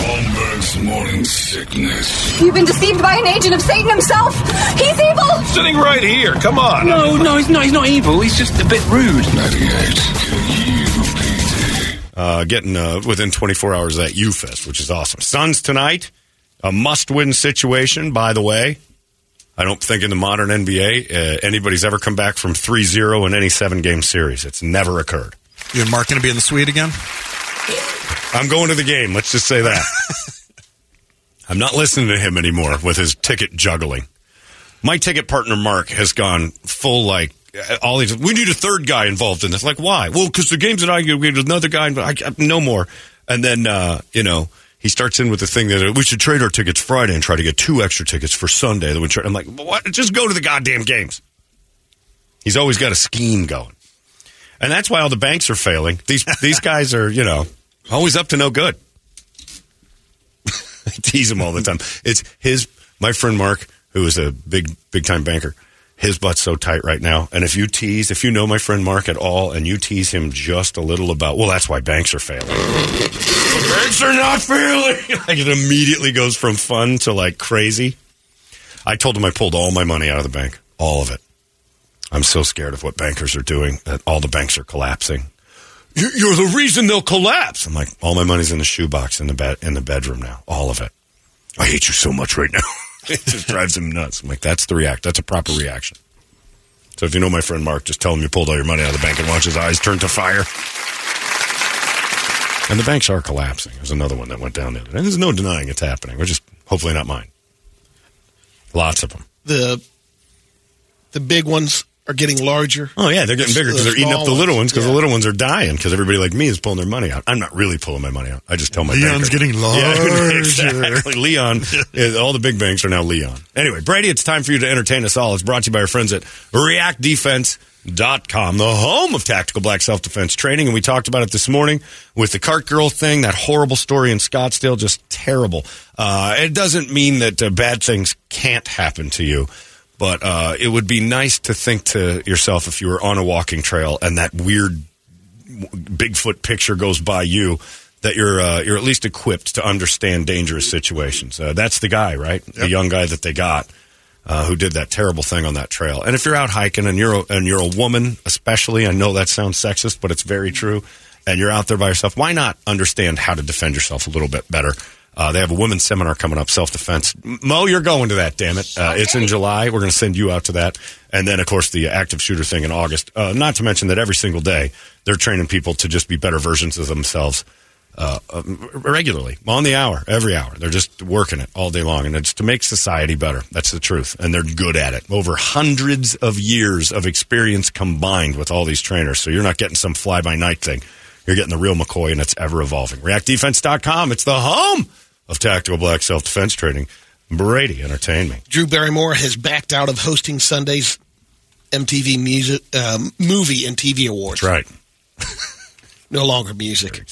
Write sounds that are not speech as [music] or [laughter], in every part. Holmberg's morning sickness. You've been deceived by an agent of Satan himself. He's evil. Sitting right here. Come on. No, no, he's not. He's not evil. He's just a bit rude. 98. uh, getting uh, within 24 hours of that U Fest, which is awesome. Suns tonight, a must win situation, by the way. I don't think in the modern NBA uh, anybody's ever come back from 3 0 in any seven game series. It's never occurred. You and Mark going to be in the suite again? I'm going to the game, let's just say that. I'm not listening to him anymore with his ticket juggling. My ticket partner, Mark, has gone full like. uh, All these, we need a third guy involved in this. Like, why? Well, because the games that I get, we need another guy. Involved. I, I, no more. And then, uh, you know, he starts in with the thing that uh, we should trade our tickets Friday and try to get two extra tickets for Sunday. That we try. I'm like, what? Just go to the goddamn games. He's always got a scheme going, and that's why all the banks are failing. These these guys are, you know, always up to no good. [laughs] I tease him all the time. It's his my friend Mark, who is a big big time banker. His butt's so tight right now. And if you tease, if you know my friend Mark at all, and you tease him just a little about, well, that's why banks are failing. banks are not failing. [laughs] like it immediately goes from fun to like crazy. I told him I pulled all my money out of the bank, all of it. I'm so scared of what bankers are doing that all the banks are collapsing. "You- You're the reason they'll collapse. I'm like, all my money's in the shoebox in the bed in the bedroom now, all of it. I hate you so much right now. [laughs] it just drives him nuts. I'm like, that's the react. That's a proper reaction. So if you know my friend Mark, just tell him you pulled all your money out of the bank and watch his eyes turn to fire. And the banks are collapsing. There's another one that went down the other day. And there's no denying it's happening. We're just hopefully not mine. Lots of them. the the big ones are getting larger. Oh yeah, they're getting bigger because they're eating up the small little ones ones, because yeah. the little ones are dying because everybody like me is pulling their money out. I'm not really pulling my money out. I just tell my Leon's banker. getting [laughs] Yeah, larger. exactly. [laughs] Leon. Yeah, All the big banks are now Leon. Anyway, Brady, it's time for you to entertain us all. It's brought to you by our friends at ReactDefense.com, the home of tactical black self defense training. And we talked about it this morning with the cart girl thing, that horrible story in Scottsdale, just terrible. Uh, it doesn't mean that uh, bad things can't happen to you. But uh, it would be nice to think to yourself if you were on a walking trail and that weird Bigfoot picture goes by you, that you're uh, you're at least equipped to understand dangerous situations. Uh, that's the guy, right? The young guy that they got uh, who did that terrible thing on that trail. And if you're out hiking and you're a, and you're a woman, especially, I know that sounds sexist, but it's very true. And you're out there by yourself. Why not understand how to defend yourself a little bit better? Uh, they have a women's seminar coming up, self defense. Mo, you're going to that, damn it. Uh, It's in July. We're going to send you out to that. And then, of course, the active shooter thing in August. Uh, not to mention that every single day, they're training people to just be better versions of themselves uh, um, regularly, on the hour, every hour. They're just working it all day long, and it's to make society better. That's the truth, and they're good at it. Over hundreds of years of experience combined with all these trainers, so you're not getting some fly by night thing. You're getting the real McCoy, and it's ever evolving. ReactDefense.com. It's the home of tactical black self defense training. Brady, entertain me. Drew Barrymore has backed out of hosting Sunday's MTV music um, movie and TV awards. Right. No longer music.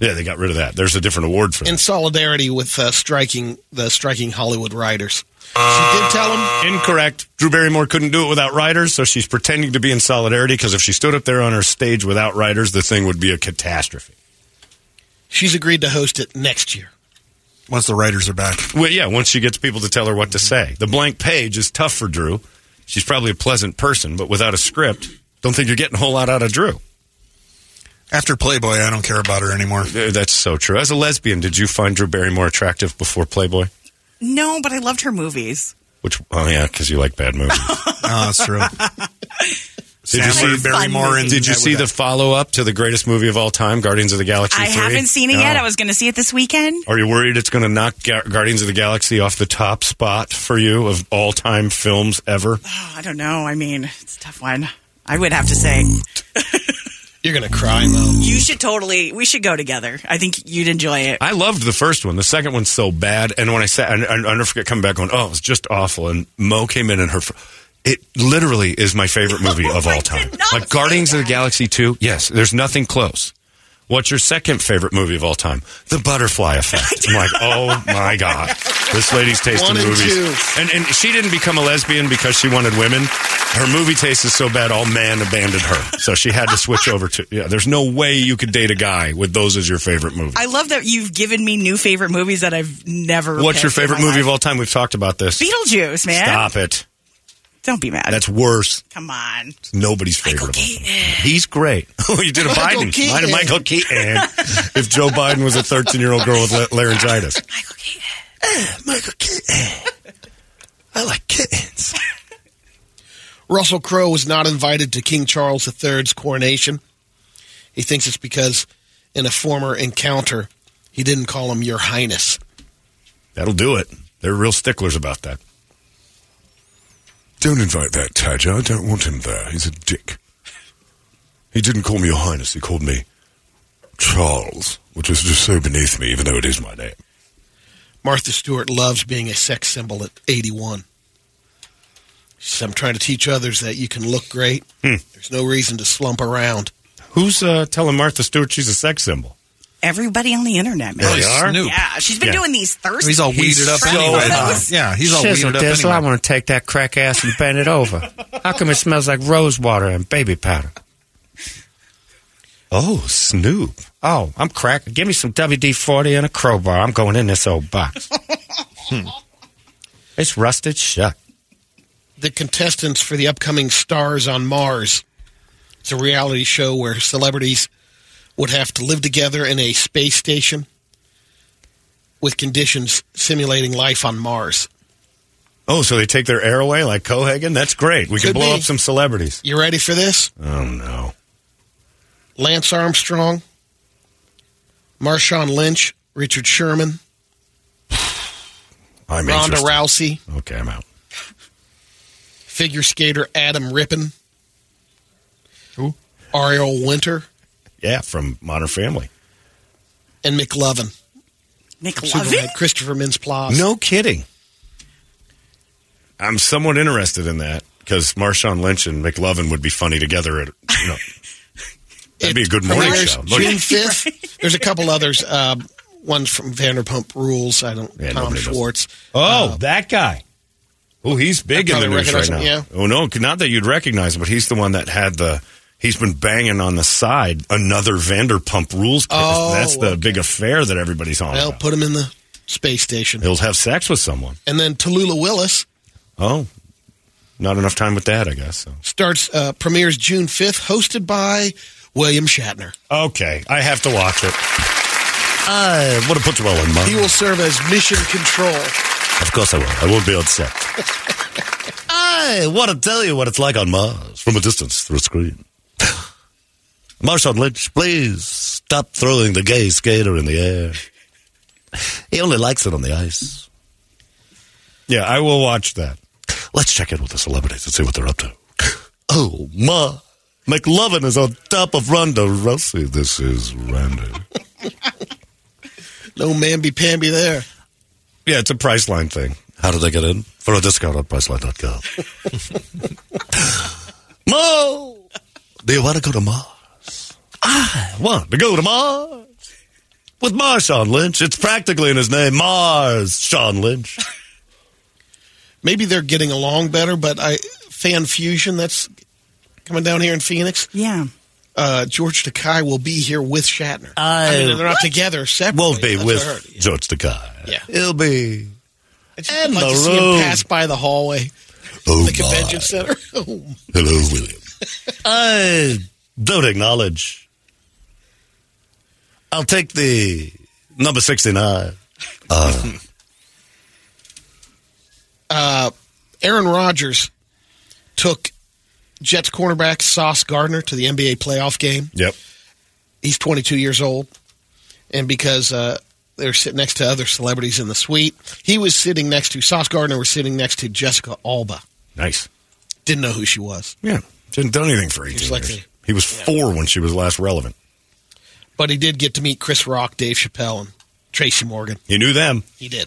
Yeah, they got rid of that. There's a different award for In that. solidarity with uh, striking the striking Hollywood writers, she did tell him Incorrect. Drew Barrymore couldn't do it without writers, so she's pretending to be in solidarity because if she stood up there on her stage without writers, the thing would be a catastrophe. she's agreed to host it next year. Once the writers are back. Well, yeah, once she gets people to tell her what to say. The blank page is tough for Drew. She's probably a pleasant person, but without a script, don't think you're getting a whole lot out of Drew. After Playboy, I don't care about her anymore. Uh, That's so true. As a lesbian, did you find Drew Barrymore attractive before Playboy? No, but I loved her movies. [laughs] Which, oh yeah, because you like bad movies. No, that's true. Did you Sounds see Sandler, like fun Barrymore, and movie. Did you that see was the it. follow up to the greatest movie of all time, Guardians of the Galaxy? I 3? haven't seen it yet. No. I was going to see it this weekend. [sighs] Are you worried it's going to knock Ga- Guardians of the Galaxy off the top spot for you of all time films ever? Oh, I don't know. I mean, it's a tough one. I would have to say You're gonna cry, Mo. you should totally. We should go together. I think you'd enjoy it. I loved the first one. The second one's so bad. And when I sat, I, I, I never forget coming back going, oh, it was just awful. And Mo came in and her. fr- It literally is my favorite movie of [laughs] I all did time. not Like say Guardians of the that. Galaxy 2, yes, there's nothing close. What's your second favorite movie of all time? The Butterfly [laughs] Effect. I'm like, oh my God. This lady's taste One in and movies. two. And, and she didn't become a lesbian because she wanted women. Her movie taste is so bad, all man abandoned her. So she had to switch over to, yeah, there's no way you could date a guy with those as your favorite movies. I love that you've given me new favorite movies that I've never. What's your picked in favorite my movie of life. all time? We've talked about this. Beetlejuice, man. Stop it. Don't be mad. That's worse. Come on. It's nobody's favorite. Michael of all time. Keaton. He's great. [laughs] Oh, you did a Michael Biden. Keaton. Mine and Michael Keaton. if Joe Biden was a 13 year old girl with la- laryngitis. Michael Keaton. Michael Keaton. I like kittens. Russell Crowe was not invited to King Charles III's coronation. He thinks it's because in a former encounter, he didn't call him Your Highness. That'll do it. They're real sticklers about that. Don't invite that Tadger. I don't want him there. He's a dick. He didn't call me Your Highness. He called me Charles, which is just so beneath me, even though it is my name. Martha Stewart loves being a sex symbol at 81. She says, I'm trying to teach others that you can look great. There's no reason to slump around. Who's uh, telling Martha Stewart she's a sex symbol? Everybody on the internet, man. They are? Snoop. Yeah, she's been Yeah. doing these Thursdays. He's all weeded up Friday [laughs] anyway. photos. Yeah, he's all Shizzle weeded up dizzle, I anyway. want to take that crack ass and bend it over. [laughs] How come it smells like rose water and baby powder? Oh, Snoop. Oh, I'm cracking. Give me some WD 40 and a crowbar. I'm going in this old [laughs] box. Hmm. It's rusted shut. The contestants for the upcoming Stars on Mars. It's a reality show where celebrities would have to live together in a space station with conditions simulating life on Mars. Oh, so they take their air away like Cohagen? That's great. We can Could blow be. up some celebrities. You ready for this? Oh, no. Lance Armstrong, Marshawn Lynch, Richard Sherman, I'm Ronda interested. Rousey, Okay, I'm out. figure skater Adam Rippon, Ariel Winter, Yeah, from Modern Family. and McLovin. McLovin? Superman, Christopher Mintz-Plasse. No kidding. I'm somewhat interested in that because Marshawn Lynch and McLovin would be funny together. At, you [laughs] know, that'd be a good morning Premieres show. Look- [laughs] June fifth. There's a couple others. Uh, one's from Vanderpump Rules. I don't. Yeah, Tom nobody does. Schwartz. oh, that guy. Oh, he's big in I the probably news right recognize now. him, Oh no, not that you'd recognize him, but he's the one that had the. He's been banging on the side another Vanderpump Rules. Case. Oh, That's the okay. big affair that everybody's on. Well, about. Uh, put him in the space station, He'll have sex with someone. and then Tallulah Willis Oh, not enough time with that, I guess. So. starts uh, premieres June fifth, hosted by William Shatner. Okay, I have to watch it. I would have put you all in He mind. will serve as mission control. Of course I will. I won't be [laughs] upset. I want to tell you what it's like on Mars from a distance through a screen. [sighs] Marshawn Lynch, please stop throwing the gay skater in the air. He only likes it on the ice. Yeah, I will watch that. Let's check in with the celebrities and see what they're up to. [gasps] Oh, Ma. McLovin is on top of Ronda Rousey. This is Ronda. No mamby pamby there. Yeah, it's a Priceline thing. How did I get in? For a discount on Priceline.com. [laughs] Mo! Do you want to go to Mars? I want to go to Mars. With Marshawn Lynch. It's practically in his name, Mars Sean Lynch. Maybe they're getting along better, but I fan fusion that's coming down here in Phoenix. Yeah. Uh, George Takai will be here with Shatner. I- mean, they're not together separately. Won't be That's with what I heard. George Takai. Yeah. He'll be. I just And would like the to see him room. pass by the hallway, Oh, the convention my. center. [laughs] Oh, Hello, William. I don't acknowledge. I'll take the number 69. Aaron Rodgers took Jets cornerback Sauce Gardner to the NBA playoff game. Yep. He's 22 years old, and because uh, they were sitting next to other celebrities in the suite, he was sitting next to Sauce Gardner was sitting next to Jessica Alba. Nice. Didn't know who she was, Yeah. Didn't do anything for 18 He's like years. the- he was four when she was last relevant. but he did get to meet Chris Rock, Dave Chappelle, and Tracy Morgan. You knew them. He did.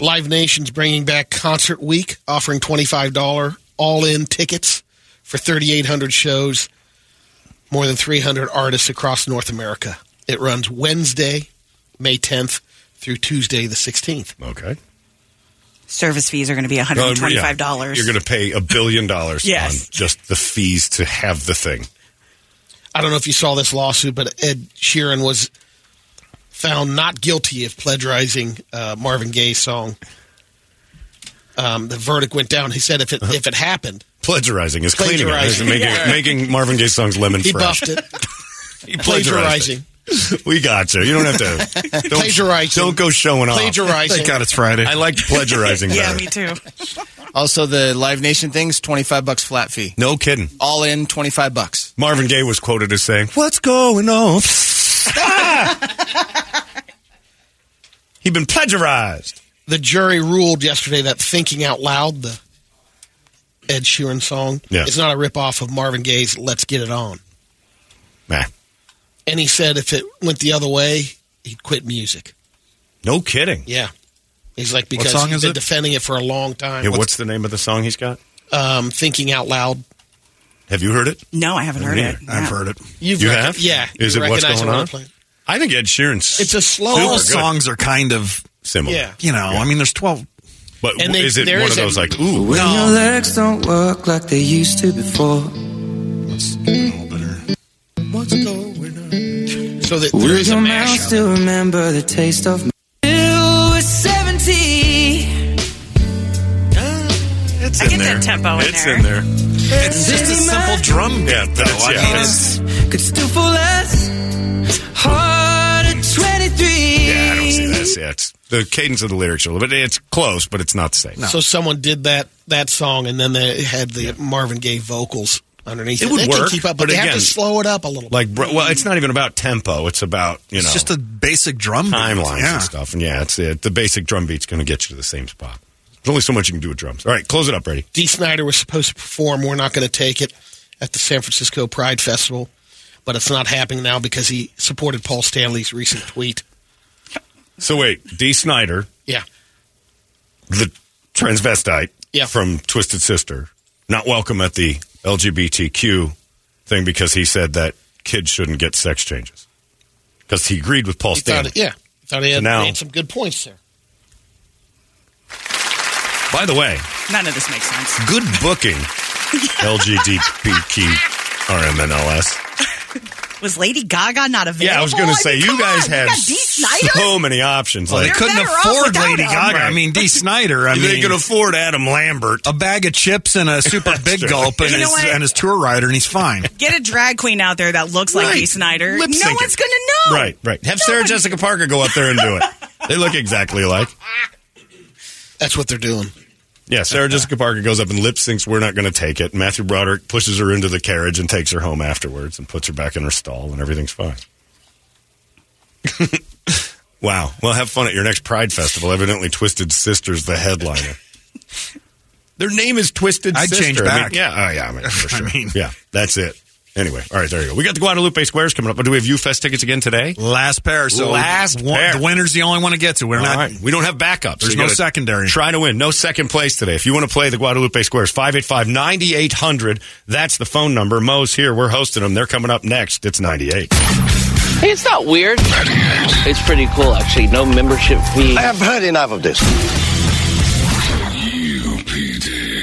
Live Nation's bringing back Concert Week, offering $25 all in tickets for 3,800 shows, more than 300 artists across North America. It runs Wednesday, May 10th through Tuesday, the 16th. Okay. Service fees are going to be $125. Yeah. Oh, You're going to pay a billion [laughs] dollars Yes. on just the fees to have the thing. I don't know if you saw this lawsuit, but Ed Sheeran was found not guilty of plagiarizing uh, Marvin Gaye's song. Um, the verdict went down. He said if Uh-huh. it, if it happened, Plagiarizing is cleaning it. It's Plagiarizing. Making, Yeah. making Marvin Gaye's songs lemon he fresh. buffed it. [laughs] [laughs] He plagiarized it. We got you. You don't have to. Don't, Plagiarizing. Don't go showing off. Plagiarizing. Thank God it's Friday. I like [laughs] plagiarizing better. [laughs] Yeah, me too. Also, the Live Nation things, 25 bucks flat fee. No kidding. All in, 25 bucks. Marvin Gaye was quoted as saying, What's going on? [laughs] Ah! [laughs] He'd been plagiarized. the jury ruled yesterday that Thinking Out Loud, the Ed Sheeran song, Yeah. is not a ripoff of Marvin Gaye's Let's Get It On. Nah. And he said if it went the other way, he'd quit music. No kidding. Yeah. He's like, because song he's is been it? defending it for a long time. Yeah, what's the name of the song he's got? um, Thinking Out Loud. Have you heard it? No, I haven't heard Me it. neither. I've Yeah. heard it. You've You rec- have? Yeah. Is you it What's recognize Going what I'm On? playing. I think Ed Sheeran's It's a slow All Super good. songs are kind of, similar. Yeah. you know, I mean, there's 12. But And they- is it there one is of those a- like, ooh, No. legs don't work like they used to before. All better. So that there is a I mashup. still remember the taste of. It was 70. Uh, it's I in get there. that tempo in it's there. in there. It's just a simple drum Yeah, beat, though. that's- I yeah. mean, it's, Could still for less. Hard at 23. Yeah, I don't see this. Yeah, it's the cadence of the lyrics are a little bit. It's close, but it's not the same. So someone did that that song, and then they had the Marvin Gaye vocals underneath. It It, would they work, can keep up, but, but they have again- to slow it up a little. bit. Like, bro- well, it's not even about tempo. It's about you know it's just a basic drum beat. timelines Yeah. and stuff. And yeah, it's it. the basic drum beat's going to get you to the same spot. There's only so much you can do with drums. All right, close it up, Brady. D. Snyder was supposed to perform. We're not going to take it at the San Francisco Pride Festival, but it's not happening now because he supported Paul Stanley's recent tweet. So wait, D. Snyder, Yeah, the transvestite Yeah. from Twisted Sister, not welcome at the LGBTQ thing because he said that kids shouldn't get sex changes because he agreed with Paul he Stanley. thought, yeah, he thought he had now- made some good points there. By the way, None of this makes sense. good [laughs] booking, LGBTQ RMNLS. Was Lady Gaga not available? Yeah, I was going to say mean, you Oh, come guys on, had you got Dee Snyder? so many options. Well, they like, couldn't better off afford without Lady him. Gaga. I Right. mean, [laughs] D. Snyder. I they mean, could afford Adam Lambert. a bag of chips [laughs] and a super big true. gulp and You know his, what? and his tour rider, and he's fine. Get a drag queen out there that looks like Right. Dee Snyder. Lip no syncing. one's going to know. Right, right. Have Sarah Jessica Parker go up there and do it. They look exactly alike. That's what they're doing. Yeah, Sarah Jessica Parker goes up and lip syncs We're Not Going to Take It. Matthew Broderick pushes her into the carriage and takes her home afterwards and puts her back in her stall, and everything's fine. [laughs] wow. Well, have fun at your next Pride Festival. Evidently, Twisted Sister's the headliner. [laughs] Their name is Twisted I'd Sister. change I mean, back. yeah, oh, yeah, I mean, for [laughs] I sure. mean- yeah, that's it. Anyway, all right, there you go. We got the Guadalupe Squares coming up, but do we have UFest tickets again today? Last pair. So Last one, pair. The winner's the only one to get to. We're All not. right. We don't have backups. There's You no gotta secondary. Try to win. No second place today. If you want to play the Guadalupe Squares, 585 9800. That's the phone number. Mo's here. We're hosting them. They're coming up next. It's 98. Hey, it's not weird. It's pretty cool, actually. No membership fee. I have heard enough of this.